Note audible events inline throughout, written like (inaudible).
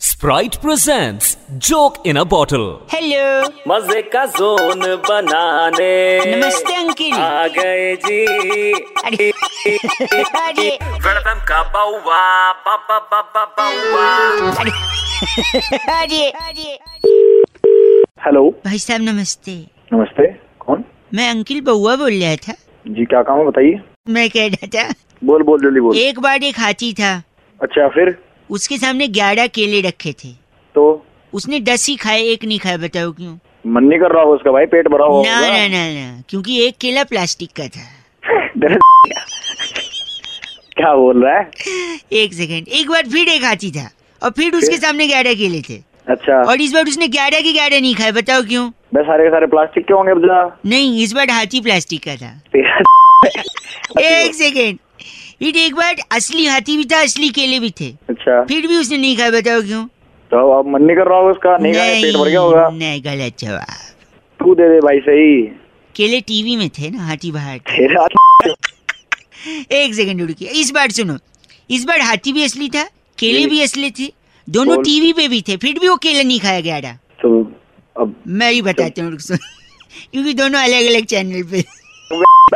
Sprite presents Joke in a Bottle. Hello मजे का zone बनाने नमस्ते अंकिल आ गए जी अरे अरे वेलकम का बाउवा बाबा बाबा बाउवा अरे हेलो भाई साहब नमस्ते नमस्ते कौन मैं अंकिल बउआ बोल रहा था जी क्या काम है बताइए मैं कह रहा था बोल बोल जल्दी बोल एक बार एक हाथी था अच्छा फिर उसके सामने ग्यारह केले रखे थे तो उसने दस ही खाए एक नहीं खाया बताओ क्यों मन नहीं कर रहा होगा उसका भाई पेट भरा ना होगा ना ना ना क्योंकि एक केला प्लास्टिक का था (laughs) दर्द- क्या बोल रहा है एक सेकंड एक बार फिर एक हाथी था और फिर उसके सामने ग्यारह केले थे अच्छा और इस बार उसने ग्यारह के ग्यारह नहीं खाए बताओ क्यों बस सारे के सारे प्लास्टिक के होंगे बजा नहीं इस बार हाथी प्लास्टिक का था तेरा (laughs) एक सेकेंड ये एक बार असली हाथी भी था असली केले भी थे अच्छा फिर भी उसने नहीं खाया बताओ क्यों तो अब मन नहीं कर रहा होगा उसका नहीं खाया पेट भर गया होगा नहीं गलत जवाब तू दे दे भाई सही केले टीवी में थे ना हाथी बाहर था। तेरा एक सेकंड रुकी इस बार सुनो इस बार हाथी भी असली था केले जी। भी असली थे दोनों बोल। टीवी पे भी थे फिर भी वो केला नहीं खाया गया था तो अब मैं ही बताता हूँ रुक सुनो। क्योंकि दोनों अलग अलग चैनल पे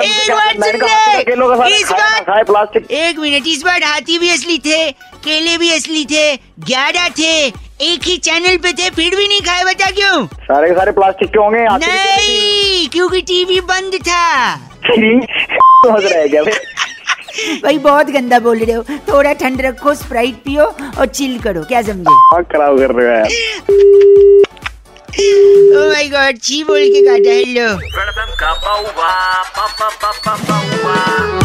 एक बार मैंने सुन कहा, ले। केलों का सारा इस खाया ना बार- खाए प्लास्टिक एक मिनट इस बार हाथी भी असली थे केले भी असली थे ग्यारह थे एक ही चैनल पे थे फिर भी नहीं खाए बता क्यों सारे के सारे प्लास्टिक के होंगे आखिर नहीं क्योंकि टीवी बंद था (laughs) समझ रहा है क्या भाई? भाई बहुत गंदा बोल रहे हो थोड़ा ठंड रखो स्प्राइट पियो और चिल करो क्या समझे दिमाग खराब कर रहे हो यार ओ माय गॉड छी बोल के काटा हेलो वेलकम का बाउवा बाबा बाबा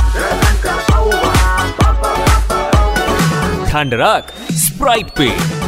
बाउवा ठंड रख स्प्राइट पे